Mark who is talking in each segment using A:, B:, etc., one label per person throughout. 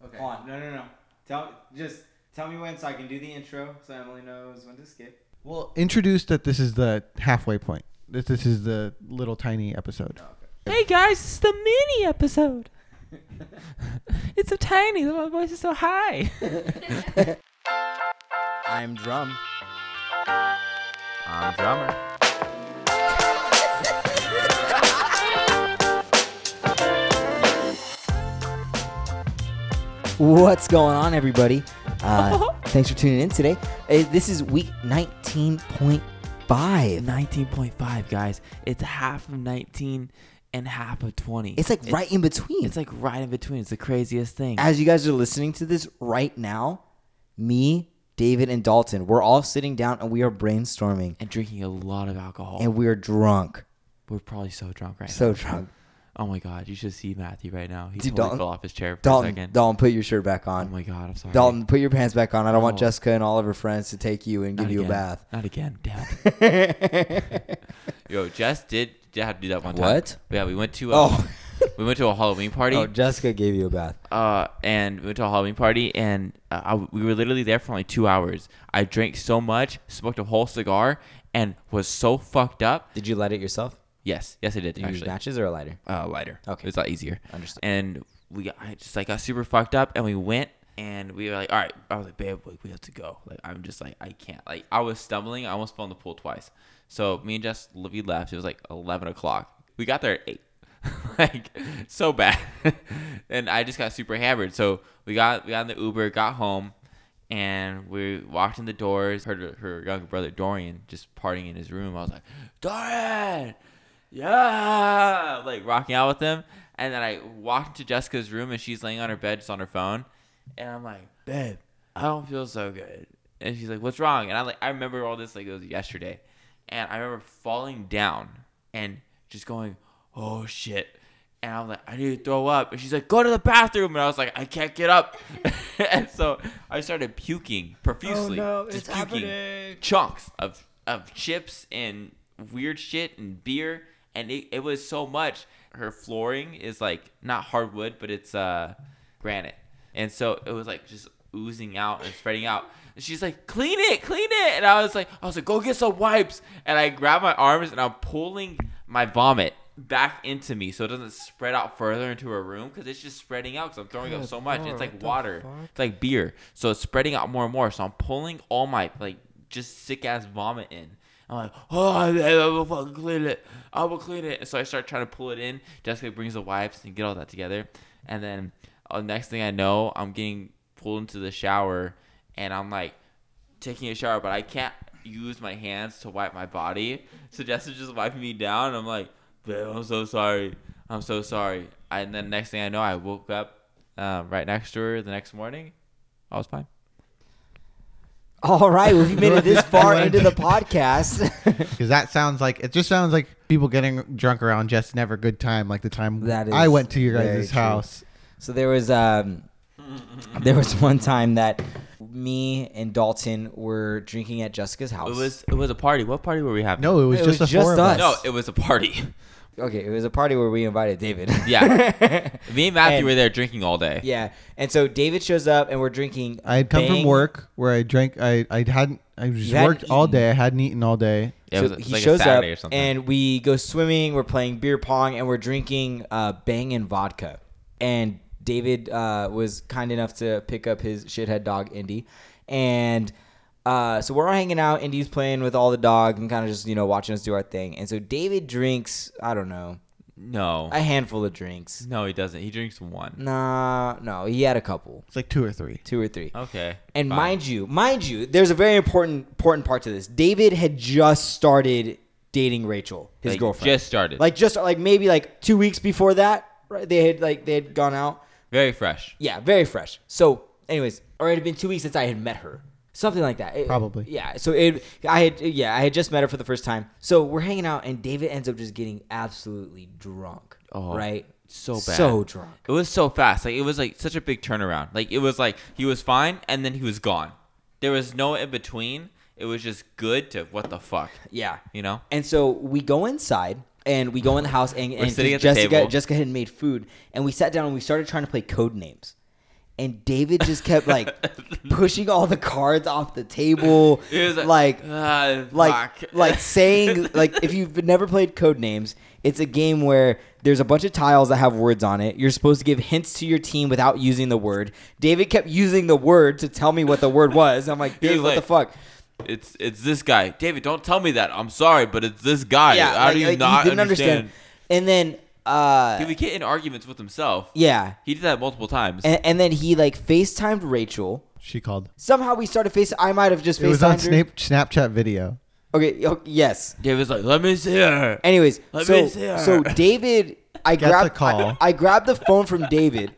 A: Hold on. No, no, no. Tell just tell me when so I can do the intro so Emily knows when to skip.
B: Well, introduce that this is the halfway point. That this is the little tiny episode.
A: Oh, okay.
C: Hey guys, it's the mini episode. It's so tiny. My voice is so high.
A: I'm drum.
D: I'm drummer.
E: What's going on, everybody? Uh, thanks for tuning in today. Uh, this is week 19.5.
C: 19.5, guys. It's half of 19 and half of 20.
E: It's like right in between.
C: It's like right in between. It's the craziest thing.
E: As you guys are listening to this right now, me, David, and Dalton, we're all sitting down and we are brainstorming
C: and drinking a lot of alcohol.
E: and we're drunk.
C: We're probably so drunk right
E: So
C: now.
E: drunk.
C: Oh my god, you should see Matthew right now. He
E: Dude,
C: totally
E: Dalton-
C: fell off his chair for a
E: Dalton,
C: second.
E: Dalton, put your shirt back
C: oh
E: on.
C: my god, I'm sorry.
E: Dalton, put your pants back on. I don't want
C: No.
E: Jessica and all of her friends to take you and
C: Not
E: give you a
C: again.
E: bath.
C: Not again. Damn it. Yo, Jess did did have to do that one time.
E: What?
C: Yeah, we went to a,
E: Oh.
C: we went to a Halloween party.
E: oh, Jessica gave you a bath.
C: uh, and we went to a Halloween party, and uh, I, we were literally there for like two hours. I drank so much, smoked a whole cigar, and was so fucked up.
E: Did you light it yourself?
C: Yes, yes, I did
E: Did you use
C: actually.
E: matches or a lighter?
C: Uh, lighter.
E: Okay.
C: it's a lot easier.
E: Understood.
C: And we, I just like got super fucked up, and we went, and we were like, all right. I was like, babe, like, we have to go. Like, I'm just like, I can't. Like, I was stumbling. I almost fell in the pool twice. So me and Jess, we left. It was like 11 o'clock. We got there at eight. like so bad, and I just got super hammered. So we got we got in the Uber, got home, and we walked in the doors. Heard her younger brother Dorian just partying in his room. I was like, Dorian, yeah, like rocking out with him. And then I walked into Jessica's room and she's laying on her bed just on her phone. And I'm like, babe, I don't feel so good. And she's like, what's wrong? And I like, I remember all this like it was yesterday. And I remember falling down and just going, oh shit. And I'm like, I need to throw up. And she's like, go to the bathroom. And I was like, I can't get up. and so I started puking profusely. just puking chunks of of chips and weird shit and beer and it, it was so much her flooring is like not hardwood but it's uh granite and so it was like just oozing out and spreading out And she's like clean it clean it and i was like i was like go get some wipes and i grab my arms and i'm pulling my vomit back into me so it doesn't spread out further into her room because it's just spreading out because i'm throwing up so much it's like water it's like beer so it's spreading out more and more so i'm pulling all my like just sick ass vomit in i'm like oh i I will fucking clean it i will clean it and so i start trying to pull it in jessica brings the wipes and get all that together and then uh, next thing i know i'm getting pulled into the shower and i'm like taking a shower, but I can't use my hands to wipe my body. So Jessica's just wiping me down. and I'm like, babe, I'm so sorry. I'm so sorry. And then next thing I know, I woke up um, right next to her the next morning. I was fine.
E: All right, well, if you made it this far into the podcast,
B: Because that sounds like it just sounds like people getting drunk around just and have a good time, like the time
E: That
B: I
E: is
B: went to your
E: very
B: guys'
E: true.
B: house.
E: so there was um, there was one time that me and Dalton were drinking at Jessica's house.
C: It was it was a party. What party were we having?
B: No, it was
E: It
B: just
E: was
B: the four of
E: just
B: us.
E: us.
C: no, it was a party.
E: okay. It was a party where we invited David.
C: Yeah. Me and Matthew
E: And-
C: were there drinking all day.
E: yeah. And so David shows up, and we're drinking.
B: I had come
E: Bang.
B: from work where I drank. I I hadn't. I just
E: hadn't
B: worked all
E: eaten.
B: day. I hadn't eaten all day.
C: It
E: so
C: was
E: he
C: like
E: shows
C: a Saturday
E: up,
C: or something.
E: and we go swimming. We're playing beer pong, and we're drinking uh, Bang and vodka. And David uh, was kind enough to pick up his shithead dog Indy, and uh, so we're all hanging out. Indy's playing with all the dog and kind of just you know watching us do our thing. And so David drinks, I don't know,
C: no.
E: a handful of drinks.
C: no, he doesn't. He drinks one.
E: Nah, no, he had a couple,
B: It's like two or three.
E: two or three.
C: Okay.
E: And
C: fine.
E: mind you, mind you, there's a very important important part to this. David had just started dating Rachel, his
C: Like,
E: girlfriend.
C: just started.
E: Like just like maybe like 2 weeks before that, right? They had like they had gone out.
C: Very fresh.
E: Yeah, very fresh. So, anyways, or it had been 2 weeks since I had met her. Something like that. It-
B: Probably.
E: Yeah. So it I had yeah, I had just met her for the first time. So, we're hanging out and David ends up just getting absolutely drunk.
C: Oh,
E: right?
C: so bad.
E: So drunk.
C: It was so fast. Like it was like such a big turnaround. Like it was like he was fine and then he was gone. There was no in between. It was just good to what the fuck,
E: Yeah.
C: you know?
E: And so we go inside and we go in the house and, and
C: sitting
E: just
C: at the
E: Jessica
C: table.
E: Jessica had made food and we sat down and we started trying to play code names. and David just kept like pushing all the cards off the table,
C: It was
E: like
C: ah,
E: like
C: fuck.
E: like saying like if you've never played code names it's a game where there's a bunch of tiles that have words on it you're supposed to give hints to your team without using the word david kept using the word to tell me what the word was i'm like
C: He was
E: dude what the
C: like,
E: fuck
C: it's it's this guy, David. Don't tell me that. I'm sorry, but it's this guy.
E: yeah
C: How
E: like,
C: do you
E: like,
C: not
E: he didn't
C: understand?
E: understand, and then uh
C: He would get in arguments with himself.
E: yeah
C: He did that multiple times.
E: and, and then he like facetimed rachel
B: She called.
E: somehow we started face i might have just
B: It was on
E: facetimed her.
B: Snap Snapchat video.
E: okay oh, yes
C: David was like, "Let me see her."
E: Anyways,
C: Let
E: so
C: me see her.
E: so David, I
B: Get the
E: grabbed
B: call.
E: I, I grabbed the phone from David,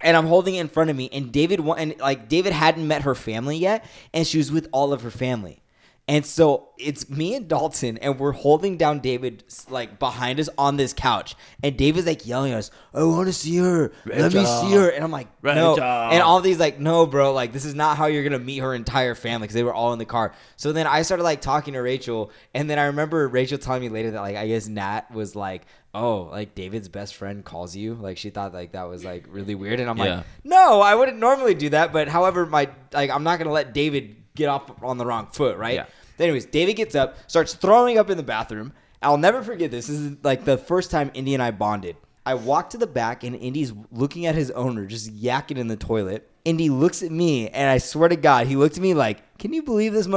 E: and I'm holding it in front of me. And David, wa- and like David hadn't met her family yet, and she was with all of her family. And so it's me and Dalton, and we're holding down David s- like behind us on this couch, and David's like yelling at us, "I want to see her. Let me see her." And I'm like, "No."
C: Rachel.
E: And all these like, "No, bro. Like this is not how you're gonna meet her entire family because they were all in the car." So then I started like talking to Rachel, and then I remember Rachel telling me later that like I guess Nat was like, "Oh, like David's best friend calls you." Like she thought like that was like really weird, and I'm
C: Yeah.
E: like, "No, I wouldn't normally do that." But however, my like I'm not gonna let David get off on the wrong foot, right?
C: Yeah.
E: Then anyways, David gets up, starts throwing up in the bathroom. I'll never forget this. This is like the first time Indy and I bonded. I walk to the back and Indy's looking at his owner, just yakking in the toilet. Indy looks at me and I swear to God, he looked at me like, Can you believe this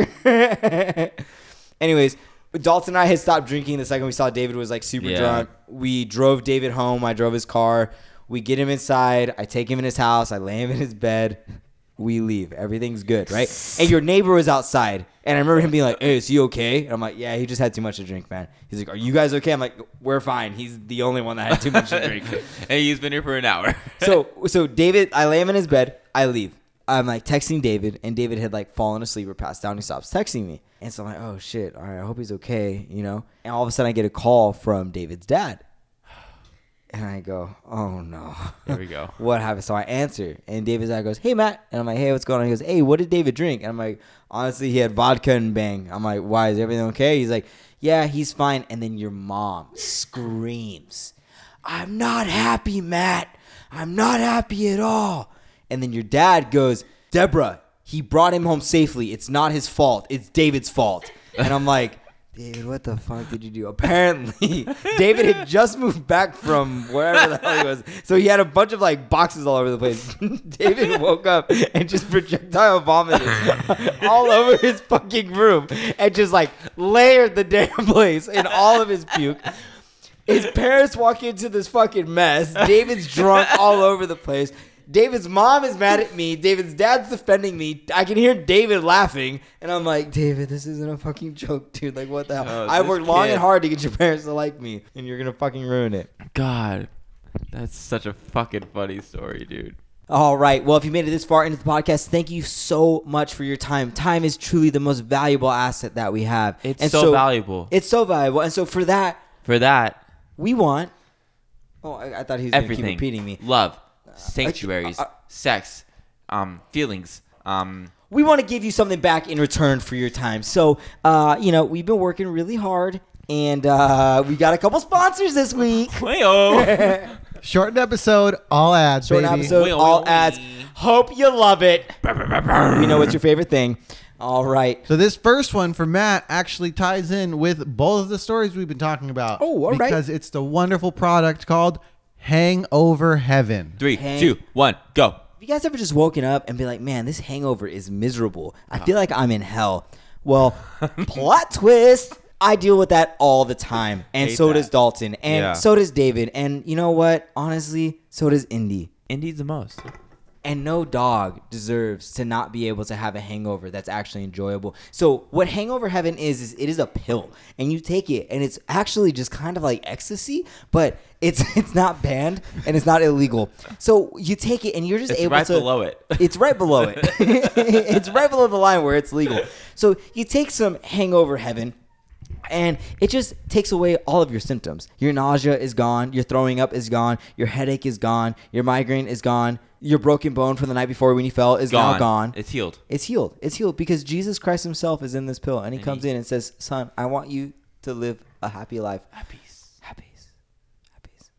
E: motherfucker? anyways, Dalton and I had stopped drinking the second we saw David was like super
C: Yeah.
E: drunk. We drove David home. I drove his car. We get him inside. I take him in his house. I lay him in his bed. We leave. Everything's good, right? And your neighbor was outside. And I remember him being like, Hey, is he okay? And I'm like, Yeah, he just had too much to drink, man. He's like, Are you guys okay? I'm like, We're fine. He's the only one that had too much to drink.
C: and he's been here for an hour.
E: so so David, I lay him in his bed. I leave. I'm like texting David, and David had like fallen asleep or passed out. And he stops texting me, and so I'm like, oh shit, all right, I hope he's okay, you know. And all of a sudden, I get a call from David's dad, and I go, oh no,
C: Here we go.
E: what happened? So I answer, and David's dad goes, hey Matt, and I'm like, hey, what's going on? He goes, hey, what did David drink? And I'm like, honestly, he had vodka and bang. I'm like, why is everything okay? He's like, yeah, he's fine. And then your mom screams, I'm not happy, Matt. I'm not happy at all. And then your dad goes, Deborah, he brought him home safely. It's not his fault. It's David's fault. And I'm like, David, what the fuck did you do? Apparently, David had just moved back from wherever the hell he was. So he had a bunch of like boxes all over the place. David woke up and just projectile vomited all over his fucking room and just like layered the damn place in all of his puke. His parents walk into this fucking mess. David's drunk all over the place. David's mom is mad at me. David's dad's defending me. I can hear David laughing, and I'm like, David, this isn't a fucking joke, dude. Like, what the hell?
C: Oh,
E: I
C: this
E: worked long
C: kid.
E: and hard to get your parents to like me, and you're gonna fucking ruin it.
C: God, that's such a fucking funny story, dude.
E: All right. Well, if you made it this far into the podcast, thank you so much for your time. Time is truly the most valuable asset that we have.
C: It's so valuable.
E: It's so valuable, and so for that,
C: For that,
E: we want. Oh, I, I thought he was gonna
C: everything.
E: keep repeating me. Uh,
C: Love, sanctuaries,
E: I- I-
C: sex, um, feelings, um,
E: we want to give you something back in return for your time. So, uh, you know, we've been working really hard, and uh, we got a couple sponsors this week.
C: Wayo.
B: Shortened episode, all ads,
E: Short
B: baby.
E: episode,
C: Wait, wait,
E: all
C: wait.
E: ads. Hope you love it. we know it's your favorite thing. All right.
B: So this first one for Matt actually ties in with both of the stories we've been talking about.
E: Oh, all right.
B: Because it's the wonderful product called Hangover Heaven.
C: Three,
E: Hey.
C: two, one, go.
E: Have you guys ever just woken up and be like, man, this hangover is miserable? I feel like I'm in hell. Well, plot twist. I deal with that all the time. And
C: Hate
E: so
C: that.
E: does Dalton. And
C: Yeah.
E: so does David. And you know what? Honestly, so does Indy.
C: Indeed, the most.
E: And no dog deserves to not be able to have a hangover that's actually enjoyable. So what hangover heaven is is it is a pill and you take it and it's actually just kind of like ecstasy, but it's it's not banned and it's not illegal. So you take it and you're just
C: It's
E: able
C: right
E: to
C: below it.
E: It's right below it. it's right below the line where it's legal. So you take some hangover heaven and it just takes away all of your symptoms. Your nausea is gone. Your throwing up is gone. Your headache is gone. Your migraine is gone. Your broken bone from the night before when you fell is now gone.
C: It's healed.
E: It's healed. It's healed because Jesus Christ Himself is in this pill, and He comes in and says, "Son, I want you to live a happy life. Happies, happies, happies."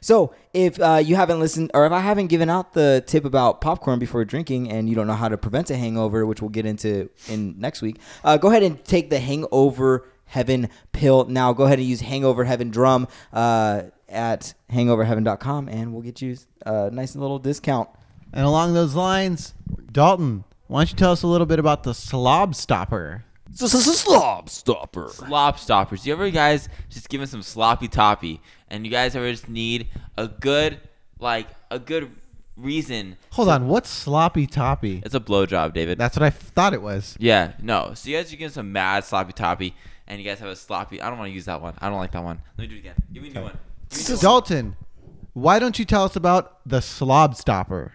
E: So if uh, you haven't listened, or if I haven't given out the tip about popcorn before drinking, and you don't know how to prevent a hangover, which we'll get into in next week, uh, go ahead and take the hangover heaven pill now. Go ahead and use hangover heaven drum uh, at hangoverheaven.com, and we'll get you uh, a nice little discount.
B: And along those lines, Dalton, why don't you tell us a little bit about the slob stopper?
E: Slob stopper.
C: Slop stoppers. You ever guys just giving some sloppy toppy, and you guys ever just need a good like a good reason?
B: Hold on, what's sloppy toppy?
C: It's a blowjob, David.
B: That's what I f- thought it was.
C: Yeah, no. So you guys are getting some mad sloppy toppy, and you guys have a sloppy. I don't want to use that one. I don't like that one. Let me do it again. Give me a new one. Give me a new one.
B: Dalton, why don't you tell us about the slob stopper?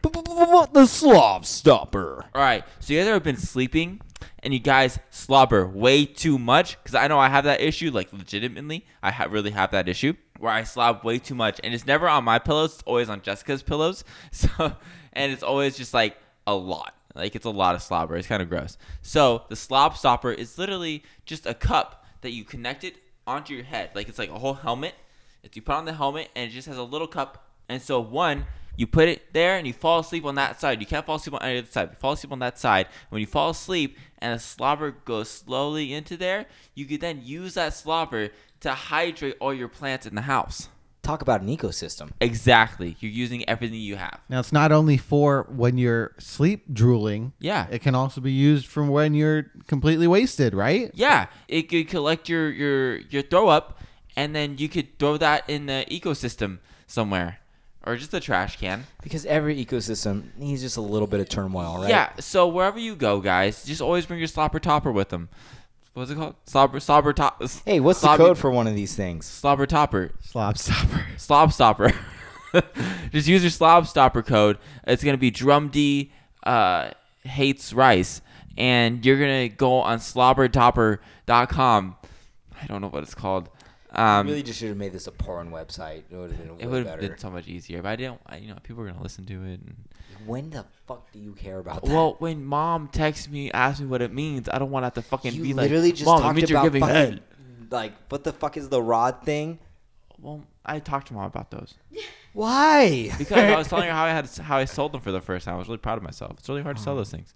E: The slob stopper.
C: All right. So you guys ever been sleeping, and you guys slobber way too much? Because I know I have that issue. Like legitimately, I ha- really have that issue where I slob way too much, and it's never on my pillows. It's always on Jessica's pillows. So, and it's always just like a lot. Like it's a lot of slobber. It's kind of gross. So the slob stopper is literally just a cup that you connect it onto your head. Like it's like a whole helmet. If you put on the helmet and it just has a little cup, and so one, you put it there and you fall asleep on that side. You can't fall asleep on any other side. You fall asleep on that side. When you fall asleep and the slobber goes slowly into there, you could then use that slobber to hydrate all your plants in the house.
E: Talk about an ecosystem.
C: Exactly. You're using everything you have.
B: Now, it's not only for when you're sleep drooling.
C: Yeah.
B: It can also be used from when you're completely wasted, right?
C: Yeah, it could collect your your your throw up, and then you could throw that in the ecosystem somewhere, or just a trash can.
E: Because every ecosystem needs just a little bit of turmoil, right?
C: Yeah. So wherever you go, guys, just always bring your slobber topper with them. What's it called? Slobber slobber top.
E: Hey, what's the
C: slobby-
E: code for one of these things?
C: Slobber topper.
B: Slob stopper.
C: Slob stopper. just use your slob stopper code. It's gonna be Drum D uh, hates rice, and you're gonna go on slobbertopper.com. I don't know what it's called. Um,
E: really just should have made this a porn website. It would have been way
C: it would have
E: better.
C: been so much easier, but I didn't. I, you know, people were gonna listen to it. And,
E: when the fuck do you care about that?
C: well, when mom texts me, asks me what it means, I don't want to have to fucking
E: you
C: be like,
E: literally just
C: "Mom, it
E: talked
C: means you're
E: about
C: giving
E: fucking,
C: head."
E: like what the fuck is the rod thing?
C: Well, I talked to mom about those
E: Why?
C: because I was telling her how I had how I sold them for the first time. I was really proud of myself. It's really hard to sell those things.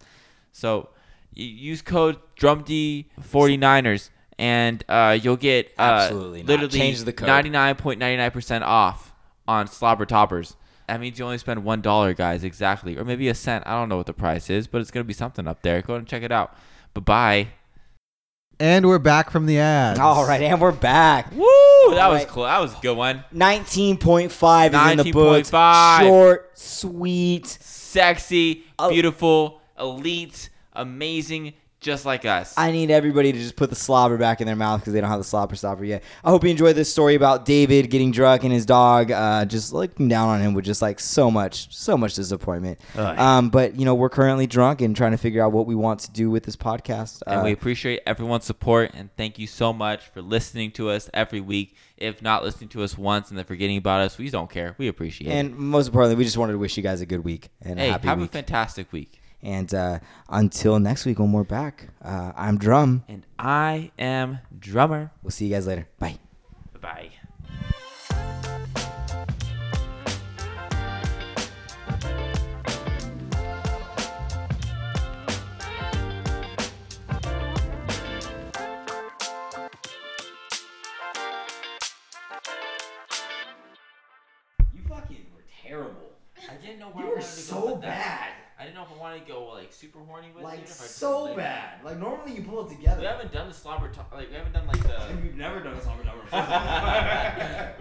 C: So, you use code DRUMD49ers and uh, you'll get uh,
E: Absolutely not.
C: literally
E: Change the code.
C: 99.99% off on slobber toppers. That means you only spend one dollar, guys, exactly, or maybe a cent. I don't know what the price is, but it's gonna be something up there. Go and check it out. Bye bye.
B: And we're back from the ads.
E: All right, and we're back.
C: Woo! that was
E: right.
C: cool. That was a good one.
E: 19.5 is in the books.
C: 19.5.
E: Short, sweet.
C: Sexy,
E: Oh.
C: beautiful, elite, amazing, just like us.
E: I need everybody to just put the slobber back in their mouth because they don't have the slobber stopper yet. I hope you enjoyed this story about David getting drunk and his dog uh, just looking down on him with just like so much, so much disappointment.
C: Oh,
E: Um, but you know, we're currently drunk and trying to figure out what we want to do with this podcast.
C: and
E: Uh,
C: we appreciate everyone's support and thank you so much for listening to us every week. If not listening to us once and then forgetting about us, we don't care. We appreciate
E: and most importantly, we just wanted to wish you guys a good week
C: it.
E: and
C: Hey,
E: a happy
C: have
E: week.
C: a fantastic week.
E: and uh, until next week, when we're back, uh, I'm Drum.
C: And I am drummer.
E: We'll see you guys later. Bye.
C: Bye. You fucking were terrible. I didn't know where
A: You
C: I
A: were
C: wanted to go
A: so
C: with that.
A: bad.
C: I didn't know if I wanted to go like super horny with it.
A: Like
C: if I
A: so
C: didn't, like-
A: bad. Like normally you pull it
C: We
A: together.
C: haven't done the slobber talk. Like we haven't done like the.
A: We've never done a summer number.
C: we